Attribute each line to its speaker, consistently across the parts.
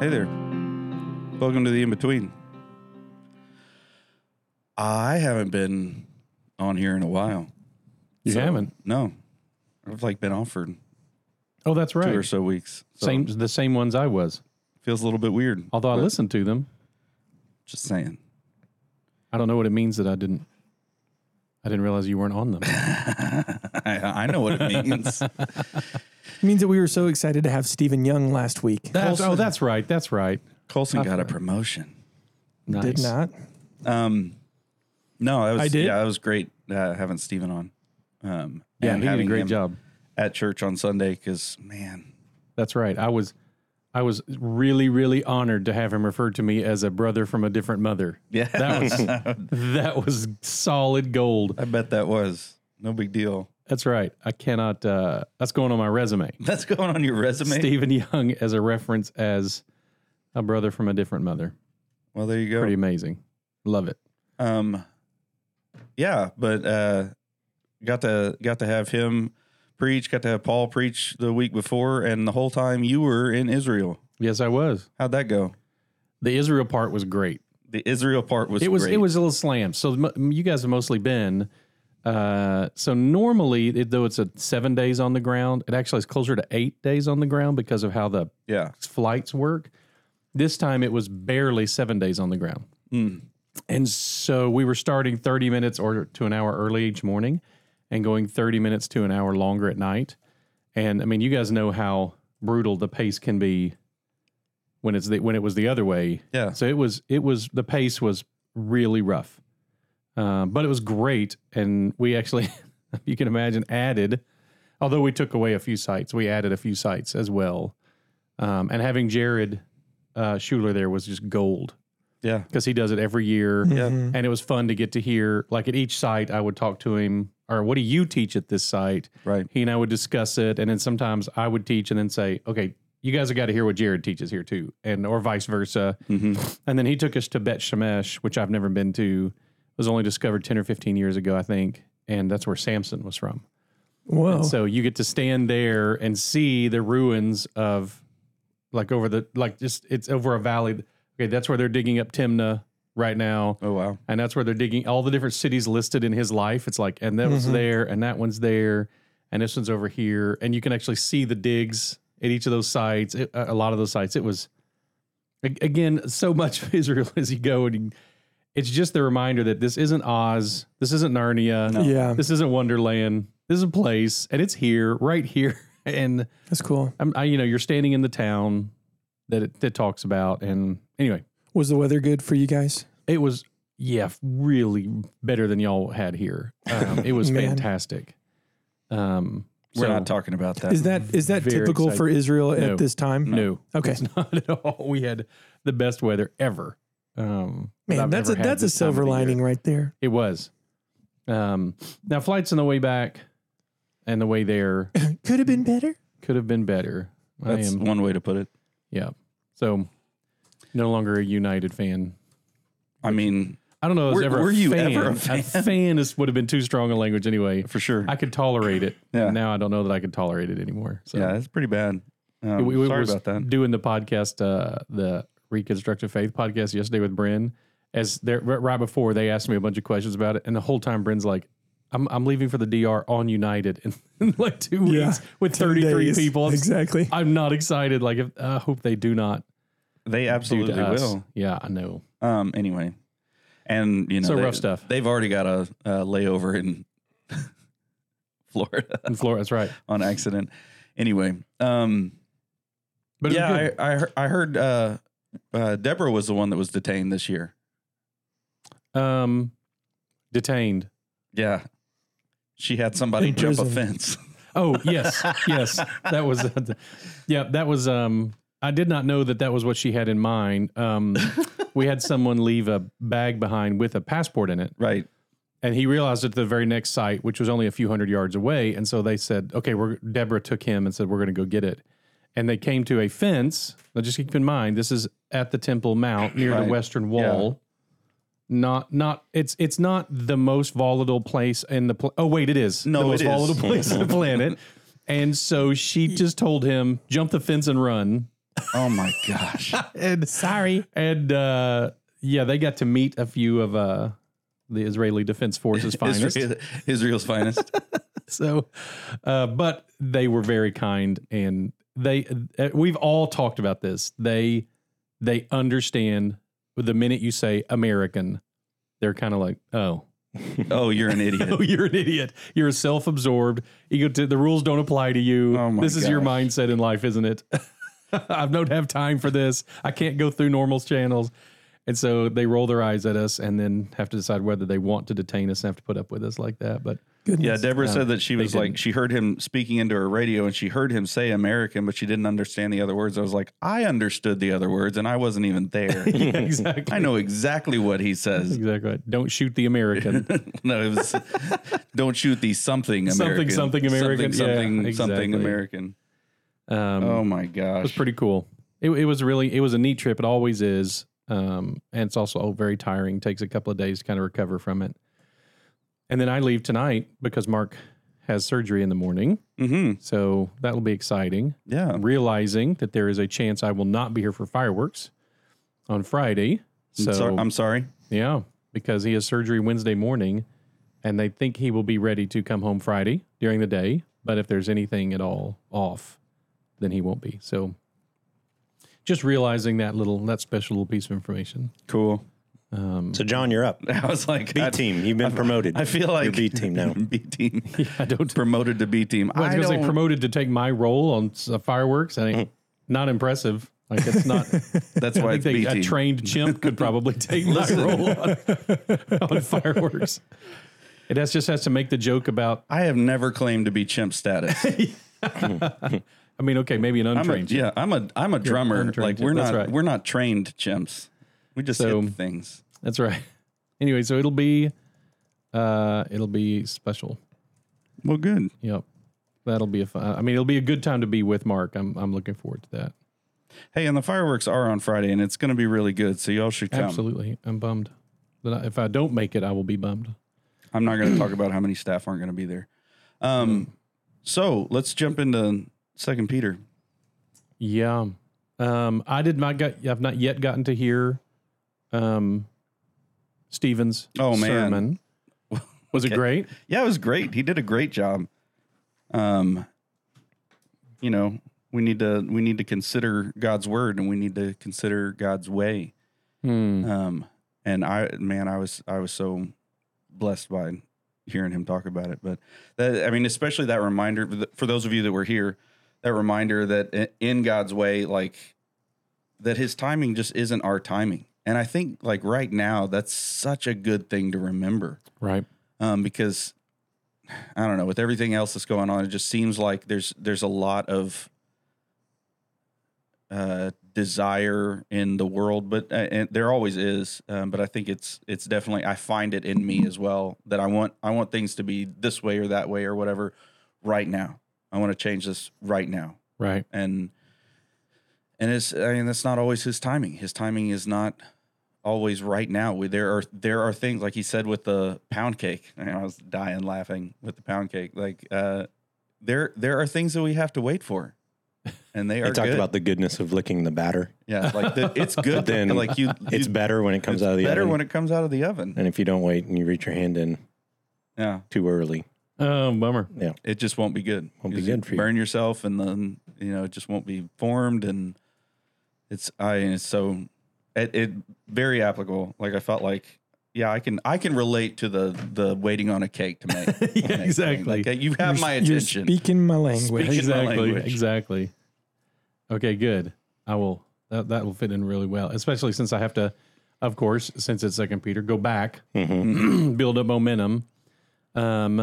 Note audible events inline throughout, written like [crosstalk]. Speaker 1: Hey there. Welcome to the in between. I haven't been on here in a while.
Speaker 2: You haven't.
Speaker 1: No, I've like been off for two
Speaker 2: Oh, that's right.
Speaker 1: or so weeks. So
Speaker 2: Same, the same ones I was.
Speaker 1: feels a little bit weird.
Speaker 2: Although I
Speaker 1: but
Speaker 2: listened to them,
Speaker 1: Just saying. [laughs]
Speaker 2: I don't know what it means that I didn't. I didn't realize you weren't
Speaker 1: [laughs]
Speaker 2: on them. it
Speaker 1: I, I know what it
Speaker 2: [laughs]
Speaker 1: means.
Speaker 3: It means that we were so excited to have Stephen Young last week.
Speaker 2: That's- oh, that's right. That's right.
Speaker 1: Colson got a promotion.
Speaker 2: Nice.
Speaker 3: Did not.
Speaker 1: Um, no, that was
Speaker 3: I did?
Speaker 1: yeah, that was great uh, having Steven on. Um,
Speaker 2: Yeah,
Speaker 1: and
Speaker 2: he did a
Speaker 1: having
Speaker 2: great
Speaker 1: him
Speaker 2: job.
Speaker 1: at church on Sunday because man,
Speaker 2: That's right. I was, I was really, really honored to have him referred to me as a brother from a different mother.
Speaker 1: yeah,
Speaker 2: That was that was solid gold.
Speaker 1: [laughs] I bet that was no big deal.
Speaker 2: That's right. I cannot. Uh, that's going on my resume.
Speaker 1: That's going on your resume.
Speaker 2: Stephen Young as a reference as a brother from a different mother.
Speaker 1: Well, there you go.
Speaker 2: Pretty amazing. Love it.
Speaker 1: Um, yeah, but uh, got to got to have him preach. Got to have Paul preach the week before, and the whole time you were in Israel.
Speaker 2: Yes, I was.
Speaker 1: How'd that go?
Speaker 2: The Israel part was great.
Speaker 1: The Israel part was
Speaker 2: it was
Speaker 1: great.
Speaker 2: it was a little slam. So m- you guys have mostly been. Uh, so normally, it, though it's a seven days on the ground, it actually is closer to eight days on the ground because of how the
Speaker 1: yeah.
Speaker 2: flights work. This time it was barely seven days on the ground. And so we were starting 30 minutes or to an hour early each morning and going 30 minutes to an hour longer at night. And I mean, you guys know how brutal the pace can be when it's the, when it was the other way.
Speaker 1: Yeah.
Speaker 2: So it was it was the pace was really rough. Uh, but it was great and we actually [laughs] you can imagine added although we took away a few sites, we added a few sites as well. Um, and having Jared uh, Schuler there was just gold
Speaker 1: Yeah.
Speaker 2: because he does it every year.
Speaker 1: Yeah.
Speaker 2: And it was fun to get to hear, like at each site, I would talk to him, or what do you teach at this site?
Speaker 1: Right.
Speaker 2: He and I would discuss it. And then sometimes I would teach and then say, okay, you guys have got to hear what Jared teaches here too, and or vice versa. And then he took us to Bet Shemesh, which I've never been to, was only discovered 10 or 15 years ago, I think. And that's where Samson was from.
Speaker 3: Whoa.
Speaker 2: So you get to stand there and see the ruins of like over the like just it's over a valley. Okay, that's where they're digging up Timna right now.
Speaker 1: Oh wow.
Speaker 2: And that's where they're digging all the different cities listed in his life. It's like, and that one's there, and that one's there, and this one's over here. And you can actually see the digs at each of those sites, it, a a lot of those sites. It was, a- again, so much of [laughs] Israel as you go. And you- it's just the reminder that this isn't Oz, this isn't Narnia,
Speaker 3: Yeah.
Speaker 2: this isn't Wonderland. This is a place, and it's here, right here. [laughs] And
Speaker 3: That's cool.
Speaker 2: I'm, I, you know, you're standing in the town that it that talks about. And anyway,
Speaker 3: Was the weather good for you guys?
Speaker 2: it was yeah, f- really better than y'all had here. Um, it was
Speaker 3: [laughs] Man.
Speaker 2: fantastic. Um,
Speaker 1: We're
Speaker 2: so-
Speaker 1: not talking about that.
Speaker 3: Is that is that
Speaker 2: very
Speaker 3: typical for Israel
Speaker 2: No.
Speaker 3: at this time?
Speaker 2: No, [laughs]
Speaker 3: Okay.
Speaker 2: it's not at all. We had the best weather ever. Um, that
Speaker 3: Man,
Speaker 2: I've
Speaker 3: that's a
Speaker 2: ever had
Speaker 3: that's a
Speaker 2: this time of
Speaker 3: silver
Speaker 2: the year.
Speaker 3: lining right there.
Speaker 2: It was. Um, now flights on the way back and the way
Speaker 3: [laughs]
Speaker 2: there
Speaker 3: Could have been better.
Speaker 2: could have been better.
Speaker 1: That's one way to put it.
Speaker 2: Yeah. So no longer a United fan.
Speaker 1: I mean,
Speaker 2: I don't know. if
Speaker 1: Were-
Speaker 2: ever a
Speaker 1: were you
Speaker 2: fan.
Speaker 1: ever a fan?
Speaker 2: fan is, would have been too strong a language anyway.
Speaker 1: for sure.
Speaker 2: I could tolerate it.
Speaker 1: [laughs] Yeah.
Speaker 2: Now I don't know that I could tolerate it anymore. So
Speaker 1: yeah, that's pretty bad. Um,
Speaker 2: we, we
Speaker 1: sorry
Speaker 2: was
Speaker 1: about that.
Speaker 2: doing the podcast, uh, the Reconstructive Faith podcast yesterday with Bryn. As they're r- right before they asked me a bunch of questions about it, and the whole time Bryn's like, "I'm I'm leaving for the DR on United [laughs] in, in like two weeks with 33
Speaker 3: days.
Speaker 2: people.
Speaker 3: Exactly.
Speaker 2: I'm not excited. Like, if, I hope they do not
Speaker 1: They
Speaker 2: do
Speaker 1: absolutely
Speaker 2: to us.
Speaker 1: will.
Speaker 2: Yeah, I know.
Speaker 1: Um. Anyway, and you know,
Speaker 2: So
Speaker 1: they,
Speaker 2: rough stuff.
Speaker 1: They've already got a, a layover in [laughs] Florida
Speaker 2: In Florida, that's right.
Speaker 1: on accident. Anyway, um,
Speaker 2: But it was
Speaker 1: yeah,
Speaker 2: good.
Speaker 1: I, I heard, I heard uh, uh, Deborah was the one that was detained this year.
Speaker 2: um, detained.
Speaker 1: Yeah, she had somebody
Speaker 3: In
Speaker 1: jump a
Speaker 2: [laughs]
Speaker 3: prison.
Speaker 1: fence.
Speaker 2: Oh yes, yes, that was. uh, yeah, that was. Um, I did not know that that was what she had in mind. Um, we had someone leave a bag behind with a passport in it,
Speaker 1: right.
Speaker 2: and he realized it at the very next site, which was only a few hundred yards away. And so they said, "Okay, we're." Deborah took him and said, "We're going to go get it." And they came to a fence. Now, just keep in mind, this is at the Temple Mount near
Speaker 1: Right.
Speaker 2: the western wall. Not, not. It's, it's not the most volatile place in the. Pl- oh wait, it is.
Speaker 1: No,
Speaker 2: the most
Speaker 1: it is.
Speaker 2: volatile place on the planet. And so she just told him, "Jump the fence and run."
Speaker 1: Oh my gosh.
Speaker 2: and
Speaker 3: Sorry.
Speaker 2: and uh, yeah, they got to meet a few of uh, the Israeli
Speaker 1: [laughs]
Speaker 2: Defense Forces [laughs] finest.
Speaker 1: Israel- Israel's finest.
Speaker 2: so uh, but they were very kind and they uh, we've all talked about this they they understand the minute you say american they're kind of like oh [laughs]
Speaker 1: Oh, you're an idiot.
Speaker 2: oh you're an idiot you're self-absorbed you the rules don't apply to you
Speaker 1: Oh my
Speaker 2: this is your
Speaker 1: gosh.
Speaker 2: mindset in life isn't it [laughs] i don't have time for this i can't go through normal channels and so they roll their eyes at us and then have to decide whether they want to detain us and have to put up with us like that but [laughs]
Speaker 1: Yeah,
Speaker 3: Goodness.
Speaker 1: Deborah said that she was
Speaker 2: didn't.
Speaker 1: like she heard him speaking into her radio and she heard him say American, but she didn't understand the other words. I was like, I understood the other words and I wasn't even there.
Speaker 2: yeah, [laughs] exactly
Speaker 1: I know exactly what he says.
Speaker 2: Exactly. Don't shoot the American.
Speaker 1: [laughs] no, it was don't shoot the something
Speaker 2: Something,
Speaker 1: American.
Speaker 2: something American.
Speaker 1: Something
Speaker 2: Yeah,
Speaker 1: something, something
Speaker 2: exactly.
Speaker 1: American.
Speaker 2: Um,
Speaker 1: Oh my
Speaker 2: It was
Speaker 1: gosh.
Speaker 2: pretty cool. It, it was really, it was a neat trip. It always is. Um, and it's also oh, very tiring. Takes a couple of days to kind of recover from it. And then I leave tonight because Mark has surgery in the morning.
Speaker 1: mm-hmm.
Speaker 2: So that will be exciting.
Speaker 1: Yeah.
Speaker 2: Realizing that there is a chance I will not be here for fireworks on Friday. So
Speaker 1: I'm sor- I'm sorry.
Speaker 2: Yeah, because he has surgery Wednesday morning, and they think he will be ready to come home Friday during the day. But if there's anything at all off, then he won't be. So, just realizing that little that special little piece of information.
Speaker 1: Cool. [laughs]
Speaker 2: Um,
Speaker 4: So John, you're up.
Speaker 1: I was like
Speaker 4: B
Speaker 1: I-
Speaker 4: team, you've been promoted.
Speaker 1: I feel
Speaker 4: You're
Speaker 1: like
Speaker 4: B
Speaker 1: [laughs]
Speaker 4: team now.
Speaker 1: B
Speaker 2: [laughs]
Speaker 1: team
Speaker 2: I
Speaker 1: [laughs]
Speaker 2: don't.
Speaker 1: promoted to B team.
Speaker 2: I was
Speaker 1: I
Speaker 2: going to say
Speaker 1: don't. Mm.
Speaker 2: promoted to take my role on s- uh, fireworks. I ain't not impressive. Like it's not.
Speaker 1: [laughs] That's why
Speaker 2: I
Speaker 1: it's
Speaker 2: think
Speaker 1: B
Speaker 2: a
Speaker 1: team.
Speaker 2: trained chimp
Speaker 1: [laughs]
Speaker 2: could probably take my role on, on [laughs] fireworks. It has, just has to make the joke about
Speaker 1: I have never claimed to be chimp status.
Speaker 2: [laughs] I mean, okay, maybe an
Speaker 1: I'm a,
Speaker 2: untrained.
Speaker 1: yeah, I'm a I'm a drummer.
Speaker 2: untrained
Speaker 1: like
Speaker 2: chimp.
Speaker 1: we're
Speaker 2: That's
Speaker 1: not
Speaker 2: right.
Speaker 1: we're not trained chimps. We just
Speaker 2: So-
Speaker 1: hit things.
Speaker 2: That's right. [laughs] Anyway, so it'll be, uh, it'll be special.
Speaker 1: Well, good.
Speaker 2: Yep, that'll be a fun. I mean, it'll be a good time to be with Mark. I'm I'm looking forward to that.
Speaker 1: Hey, and the fireworks are on Friday, and it's going to be really good. So y'all should come.
Speaker 2: Absolutely, I'm bummed. That I, if I don't make it, I will be bummed.
Speaker 1: I'm not going to talk about how many staff aren't going to be there. Um, so let's jump into Second Peter.
Speaker 2: Yeah. Um, I did not get. I've not yet gotten to hear, um, Stevens.
Speaker 1: Oh, man. [laughs]
Speaker 2: sermon. was it
Speaker 1: Okay.
Speaker 2: great?
Speaker 1: Yeah, it was great. He did a great job. Um, you know, we need to we need to consider God's word, and we need to consider God's way.
Speaker 2: Hmm.
Speaker 1: Um, and I, man, I was, I was so blessed by hearing him talk about it. But that, I mean, especially that reminder th- for those of you that were here, that reminder that i- in God's way, like that his timing just isn't our timing. And I think like right now, that's such a good thing to remember
Speaker 2: Right.
Speaker 1: um, because I don't know with everything else that's going on, it just seems like there's there's a lot of uh, desire in the world, but uh, and there always is. Um, but I think it's it's definitely I find it in me as well that I want I want things to be this way or that way or whatever right now. I want to change this right now
Speaker 2: Right.
Speaker 1: and and it's I mean that's not always his timing. His timing is not always right now. We, there are there are things like he said with the pound cake. [laughs] And I was dying laughing with the pound cake. Like uh, there there are things that we have to wait for, and
Speaker 4: [laughs]
Speaker 1: they
Speaker 4: I
Speaker 1: are
Speaker 4: talked
Speaker 1: good.
Speaker 4: about the goodness of licking the batter.
Speaker 1: yeah, like the, it's
Speaker 4: [laughs]
Speaker 1: good.
Speaker 4: then
Speaker 1: like you,
Speaker 4: It's
Speaker 1: you-
Speaker 4: better when it comes
Speaker 1: it's
Speaker 4: out of the
Speaker 1: better
Speaker 4: oven.
Speaker 1: when it comes out of the oven.
Speaker 4: and if you don't wait and you reach your hand in
Speaker 1: Yeah,
Speaker 4: too early,
Speaker 2: Oh, bummer.
Speaker 1: it just won't be good.
Speaker 4: Won't be
Speaker 1: 'Cause you
Speaker 4: good for you.
Speaker 1: Burn yourself, and then you know it just won't be formed, and it's I it's so it, it very applicable. Like I felt like yeah, I can I can relate to the the waiting on a cake to
Speaker 4: [laughs]
Speaker 1: make. make thing.
Speaker 2: exactly.
Speaker 1: Like, you have my
Speaker 3: You're
Speaker 1: attention.
Speaker 3: speaking my
Speaker 1: [laughs]
Speaker 3: language.
Speaker 1: Speaking- my
Speaker 2: exactly
Speaker 1: language.
Speaker 2: exactly okay good i will that, that will fit in really well especially since i have to of course since it's second peter go back
Speaker 1: Mm-hmm.
Speaker 2: [clears throat] build up momentum um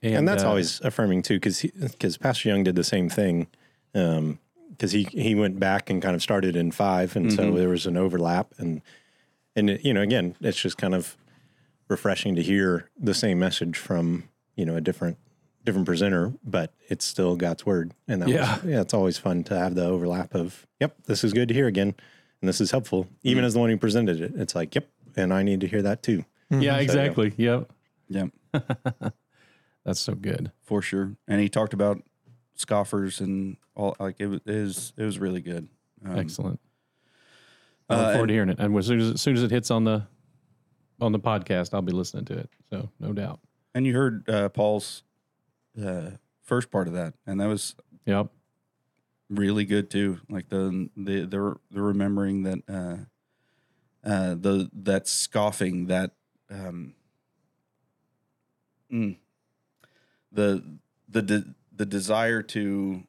Speaker 2: and,
Speaker 4: and that's
Speaker 2: uh,
Speaker 4: always affirming too, because because Pastor Young did the same thing, because he he went back and kind of started in five, and so
Speaker 2: Mm-hmm.
Speaker 4: there was an overlap, and and it- you know again, it's just kind of refreshing to hear the same message from you know a different different presenter, but it's still God's word, and that
Speaker 2: Yeah.
Speaker 4: was, yeah, it's always fun to have the overlap of yep, this is good to hear again, and this is helpful, even
Speaker 2: Mm.
Speaker 4: as the one who presented it, it's like yep, and I need to hear that too.
Speaker 2: yeah exactly yep
Speaker 1: yeah,
Speaker 2: that's so good
Speaker 1: for sure. And he talked about scoffers and all. Like it was it was, it was really good. Um,
Speaker 2: Excellent. I
Speaker 1: uh,
Speaker 2: look forward
Speaker 1: and-
Speaker 2: to hearing it. And as soon as, as soon as it hits on the on the podcast, I'll be listening to it. So no doubt.
Speaker 1: And you heard uh, Paul's uh, first part of that, and that was
Speaker 2: Yep.
Speaker 1: really good too. Like the the the, the remembering that uh, uh, the that scoffing that um, mm, the the de- the desire to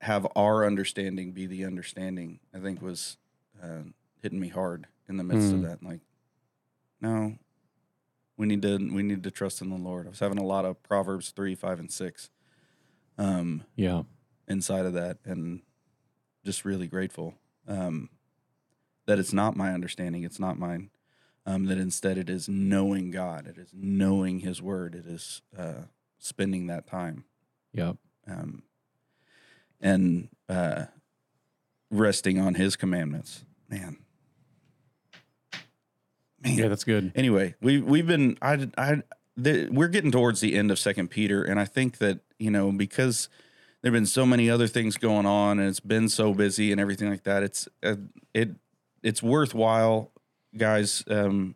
Speaker 1: have our understanding be the understanding. I think was uh, hitting me hard in the midst of
Speaker 2: Mm.
Speaker 1: that. Like, no. We need to we need to trust in the Lord. I was having a lot of Proverbs three, five, and six. Um,
Speaker 2: Yeah.
Speaker 1: inside of that and just really grateful um, that it's not my understanding it's not mine um, that instead it is knowing god it is knowing his word it is uh, spending that time
Speaker 2: Yep.
Speaker 1: um, and uh, resting on his commandments man man
Speaker 2: Yeah, that's good.
Speaker 1: anyway we we've been i i the, we're getting towards the end of second peter and i think that you know because there've been so many other things going on and it's been so busy and everything like that it's uh, it it's worthwhile guys um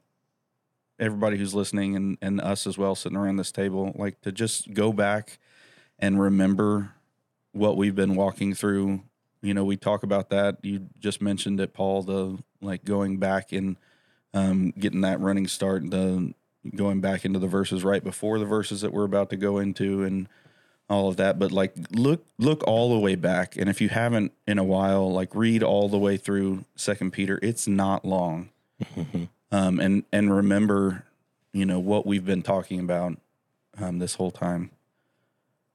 Speaker 1: everybody who's listening and and us as well sitting around this table like to just go back and remember what we've been walking through you know we talk about that you just mentioned it paul the like going back and um, getting that running start and the going back into the verses right before the verses that we're about to go into and all of that but like look look all the way back and if you haven't in a while like read all the way through second peter it's not long um, and and remember you know what we've been talking about um, this whole time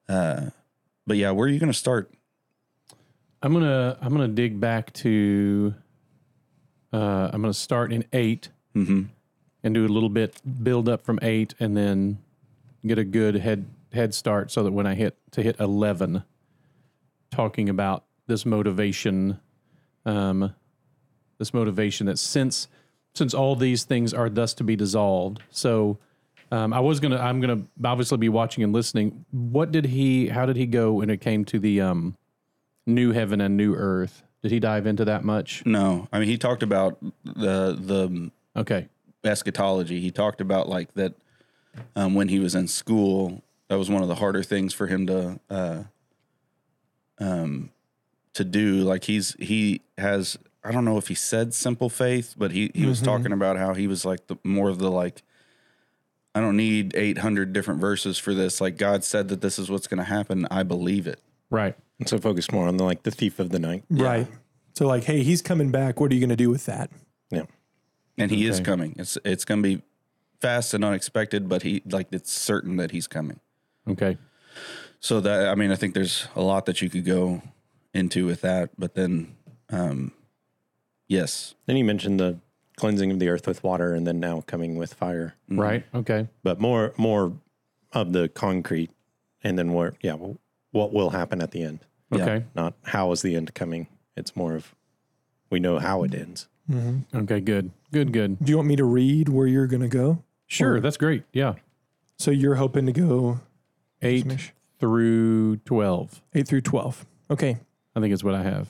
Speaker 1: uh, but yeah where are you going to start
Speaker 2: I'm gonna I'm gonna dig back to uh I'm gonna start in eight
Speaker 1: mm-hmm.
Speaker 2: and do a little bit build up from eight and then get a good head head start so that when I hit to hit eleven talking about this motivation um this motivation that since since all these things are thus to be dissolved so um, I was gonna I'm gonna obviously be watching and listening what did he how did he go when it came to the um new heaven and new earth did he dive into that much
Speaker 1: no i mean he talked about the the
Speaker 2: okay
Speaker 1: eschatology. He talked about like that um, when he was in school. That was one of the harder things for him to uh, um, to do. Like he's he has I don't know if he said simple faith, but he he was talking about how he was like the more of the like I don't need eight hundred different verses for this. Like God said that this is what's going to happen. I believe it.
Speaker 2: right
Speaker 4: And so focus more on the, like the thief of the night.
Speaker 3: Right. So like, hey, he's coming back. What are you going to do with that?
Speaker 4: Yeah.
Speaker 1: and he is
Speaker 2: Okay.
Speaker 1: coming. It's it's going to be fast and unexpected, but he like it's certain that he's coming.
Speaker 2: okay
Speaker 1: So that I mean, I think there's a lot that you could go into with that, but then, um, yes,
Speaker 4: Then you mentioned the cleansing of the earth with water and then now coming with fire.
Speaker 2: right okay
Speaker 4: But more more of the concrete and then what yeah, wh- what will happen at the end.
Speaker 1: Yeah.
Speaker 2: okay
Speaker 4: Not how is the end coming. It's more of we know how it ends.
Speaker 2: Okay, good. Good, good.
Speaker 3: Do you want me to read where you're going to go?
Speaker 2: Sure, that's great. Yeah.
Speaker 3: So you're hoping to go
Speaker 2: 8 through 12,
Speaker 3: 8 through 12. Okay.
Speaker 2: I think is what I have.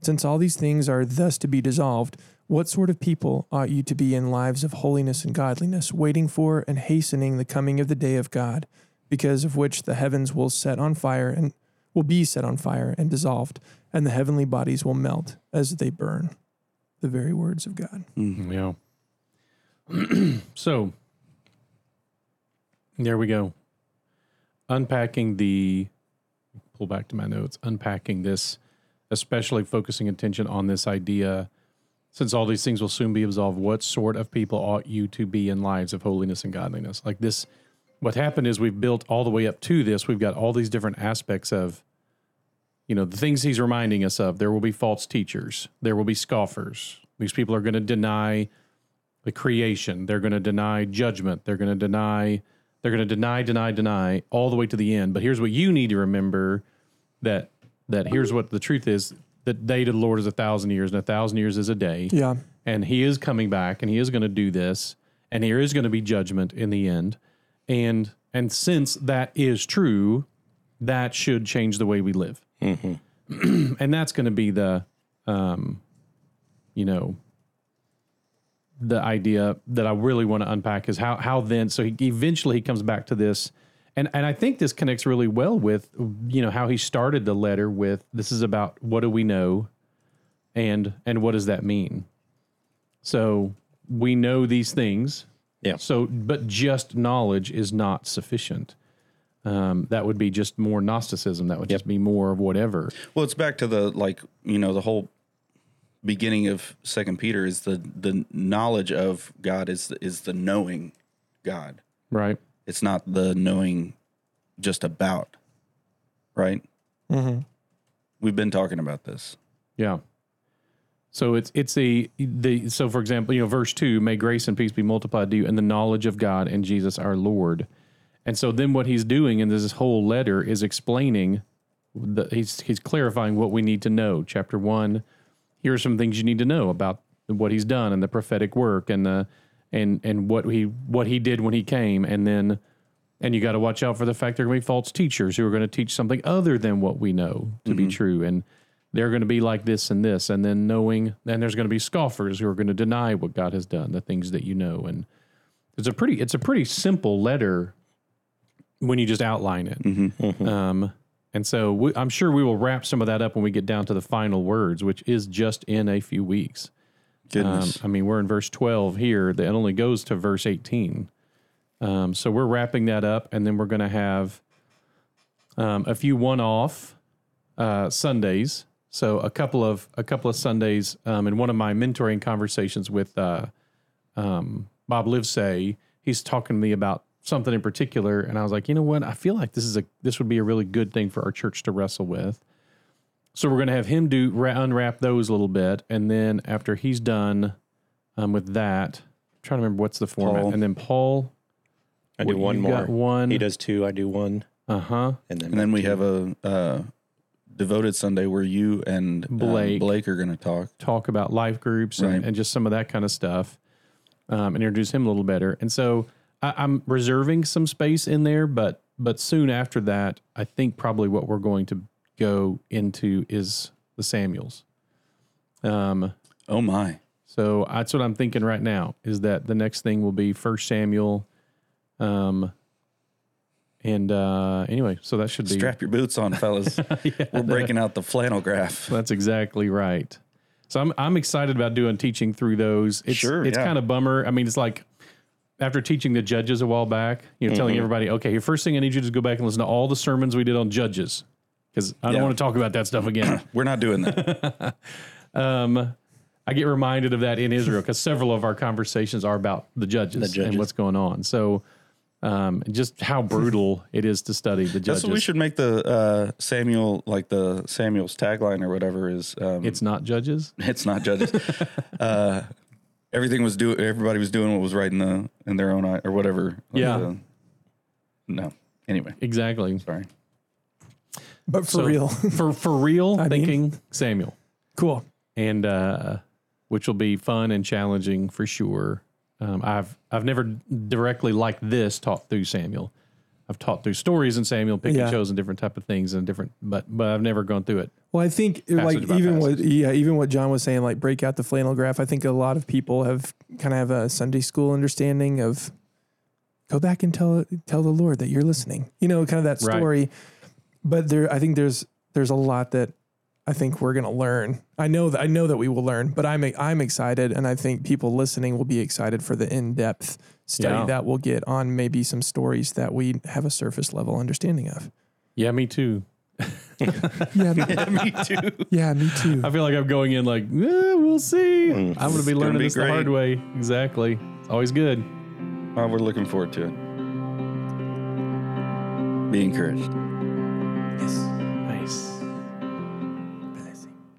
Speaker 3: Since all these things are thus to be dissolved, what sort of people ought you to be in lives of holiness and godliness, waiting for and hastening the coming of the day of God, because of which the heavens will set on fire and will be set on fire and dissolved, and the heavenly bodies will melt as they burn. The very words of God.
Speaker 2: Yeah. [clears throat] so there we go. Unpacking the pull back to my notes, unpacking this, especially focusing attention on this idea. Since all these things will soon be absolved, what sort of people ought you to be in lives of holiness and godliness? Like this, what happened is we've built all the way up to this. We've got all these different aspects of you know, the things he's reminding us of. There will be false teachers. There will be scoffers. These people are going to deny the creation. They're going to deny judgment. They're going to deny. They're going to deny, deny, deny all the way to the end. But here's what you need to remember: that that here's what the truth is. The day to the Lord is a thousand years, and a thousand years is a day
Speaker 3: Yeah.
Speaker 2: and he is coming back and he is going to do this and there is going to be judgment in the end and and since that is true that should change the way we live [clears throat] and that's going to be the um you know the idea that I really want to unpack is how how then so he eventually he comes back to this and and I think this connects really well with you know how he started the letter with this is about what do we know and and what does that mean so we know these things
Speaker 4: Yeah.
Speaker 2: so but just knowledge is not sufficient um, that would be just more gnosticism that would just be more of whatever
Speaker 1: Well, it's back to the like you know the whole beginning of Second Peter is the the knowledge of God is is the knowing God.
Speaker 2: right
Speaker 1: It's not the knowing just about, right?
Speaker 3: Mm-hmm.
Speaker 1: We've been talking about this.
Speaker 2: Yeah. So it's it's a the so for example, you know, verse two, may grace and peace be multiplied to you in the knowledge of God and Jesus our Lord. And so then what he's doing in this whole letter is explaining the he's he's clarifying what we need to know. Chapter one, here are some things you need to know about what he's done and the prophetic work and the and and what he what he did when he came and then and you got to watch out for the fact there are going to be false teachers who are going to teach something other than what we know to be true and they're going to be like this and this and then knowing then there's going to be scoffers who are going to deny what god has done the things that you know and it's a pretty it's a pretty simple letter when you just outline it um, and so we, i'm sure we will wrap some of that up when we get down to the final words which is just in a few weeks um,
Speaker 1: Goodness,
Speaker 2: I mean, we're in verse 12 here that only goes to verse 18. Um, so we're wrapping that up, and then we're going to have um, a few one-off uh, Sundays. So a couple of a couple of Sundays um, in one of my mentoring conversations with uh, um, Bob Livesay, he's talking to me about something in particular, and I was like, you know what? I feel like this is a this would be a really good thing for our church to wrestle with. So we're going to have him do ra- unwrap those a little bit, and then after he's done um, with that, I'm trying to remember what's the format,
Speaker 1: Paul.
Speaker 2: and then Paul,
Speaker 4: I do
Speaker 2: what,
Speaker 4: one
Speaker 2: you've
Speaker 4: more.
Speaker 2: got one.
Speaker 4: He does two. I do one,
Speaker 2: uh huh,
Speaker 4: and then
Speaker 1: and then we have a uh, devoted Sunday where you and um,
Speaker 2: Blake.
Speaker 1: Blake are going to talk.
Speaker 2: talk about life groups and,
Speaker 1: Right.
Speaker 2: and just some of that kind of stuff, um, and introduce him a little better. And so I, I'm reserving some space in there, but but soon after that, I think probably what we're going to go into is the Samuels. Um,
Speaker 1: Oh my!
Speaker 2: so that's what I'm thinking right now is that the next thing will be First Samuel, um, and uh, anyway, so that should be
Speaker 1: Strap your boots on, [laughs] fellas. We're breaking out the flannel graph.
Speaker 2: That's exactly right. So I'm I'm excited about doing teaching through those. It's,
Speaker 1: Sure,
Speaker 2: it's
Speaker 1: yeah.
Speaker 2: kind of bummer. I mean, it's like after teaching the judges a while back, you know, telling
Speaker 1: Mm-hmm.
Speaker 2: everybody, okay, your first thing I need you to is go back and listen to all the sermons we did on judges because I don't
Speaker 1: Yeah.
Speaker 2: want to talk about that
Speaker 1: [clears throat]
Speaker 2: stuff again.
Speaker 1: We're not doing that.
Speaker 2: um, I get reminded of that in Israel because several of our conversations are about the judges, and
Speaker 4: judges.
Speaker 2: what's going on. So. Um, just how
Speaker 1: [laughs]
Speaker 2: brutal it is to study the
Speaker 1: That's
Speaker 2: judges.
Speaker 1: what we should make the uh, Samuel like the Samuel's tagline or whatever is. Um,
Speaker 2: It's not judges.
Speaker 1: It's not [laughs] judges. uh, everything was doing. Everybody was doing what was right in the in their own eye or whatever. Like,
Speaker 2: Yeah.
Speaker 1: uh, no. Anyway,
Speaker 2: Exactly.
Speaker 1: sorry.
Speaker 3: But for
Speaker 2: So,
Speaker 3: real, [laughs]
Speaker 2: for for real,
Speaker 3: mean-
Speaker 2: thinking Samuel.
Speaker 3: cool.
Speaker 2: and uh, which will be fun and challenging for sure. Um, I've I've never directly like this taught through Samuel. I've taught through stories in Samuel, pick
Speaker 3: Yeah.
Speaker 2: and chosen different type of things and different, but but I've never gone through it.
Speaker 3: Well, I think uh, like
Speaker 2: Passage by
Speaker 3: even what yeah, even what John was saying, like break out the flannel graph. I think a lot of people have kind of have a Sunday school understanding of go back and tell tell the Lord that you're listening. You know, kind of that
Speaker 2: Right.
Speaker 3: story. But there, I think there's there's a lot that I think we're gonna learn. I know that I know that we will learn, but I'm I'm excited, and I think people listening will be excited for the in depth study
Speaker 2: Yeah.
Speaker 3: that we'll get on maybe some stories that we have a surface level understanding of.
Speaker 2: Yeah, me too.
Speaker 3: Yeah, me,
Speaker 1: Me [laughs] too.
Speaker 3: yeah, me too.
Speaker 2: I feel like I'm going in like eh, we'll see. I'm gonna be learning
Speaker 1: be
Speaker 2: this the
Speaker 1: great.
Speaker 2: hard way. Exactly. It's always good.
Speaker 1: Uh, we're looking forward to it. Be encouraged.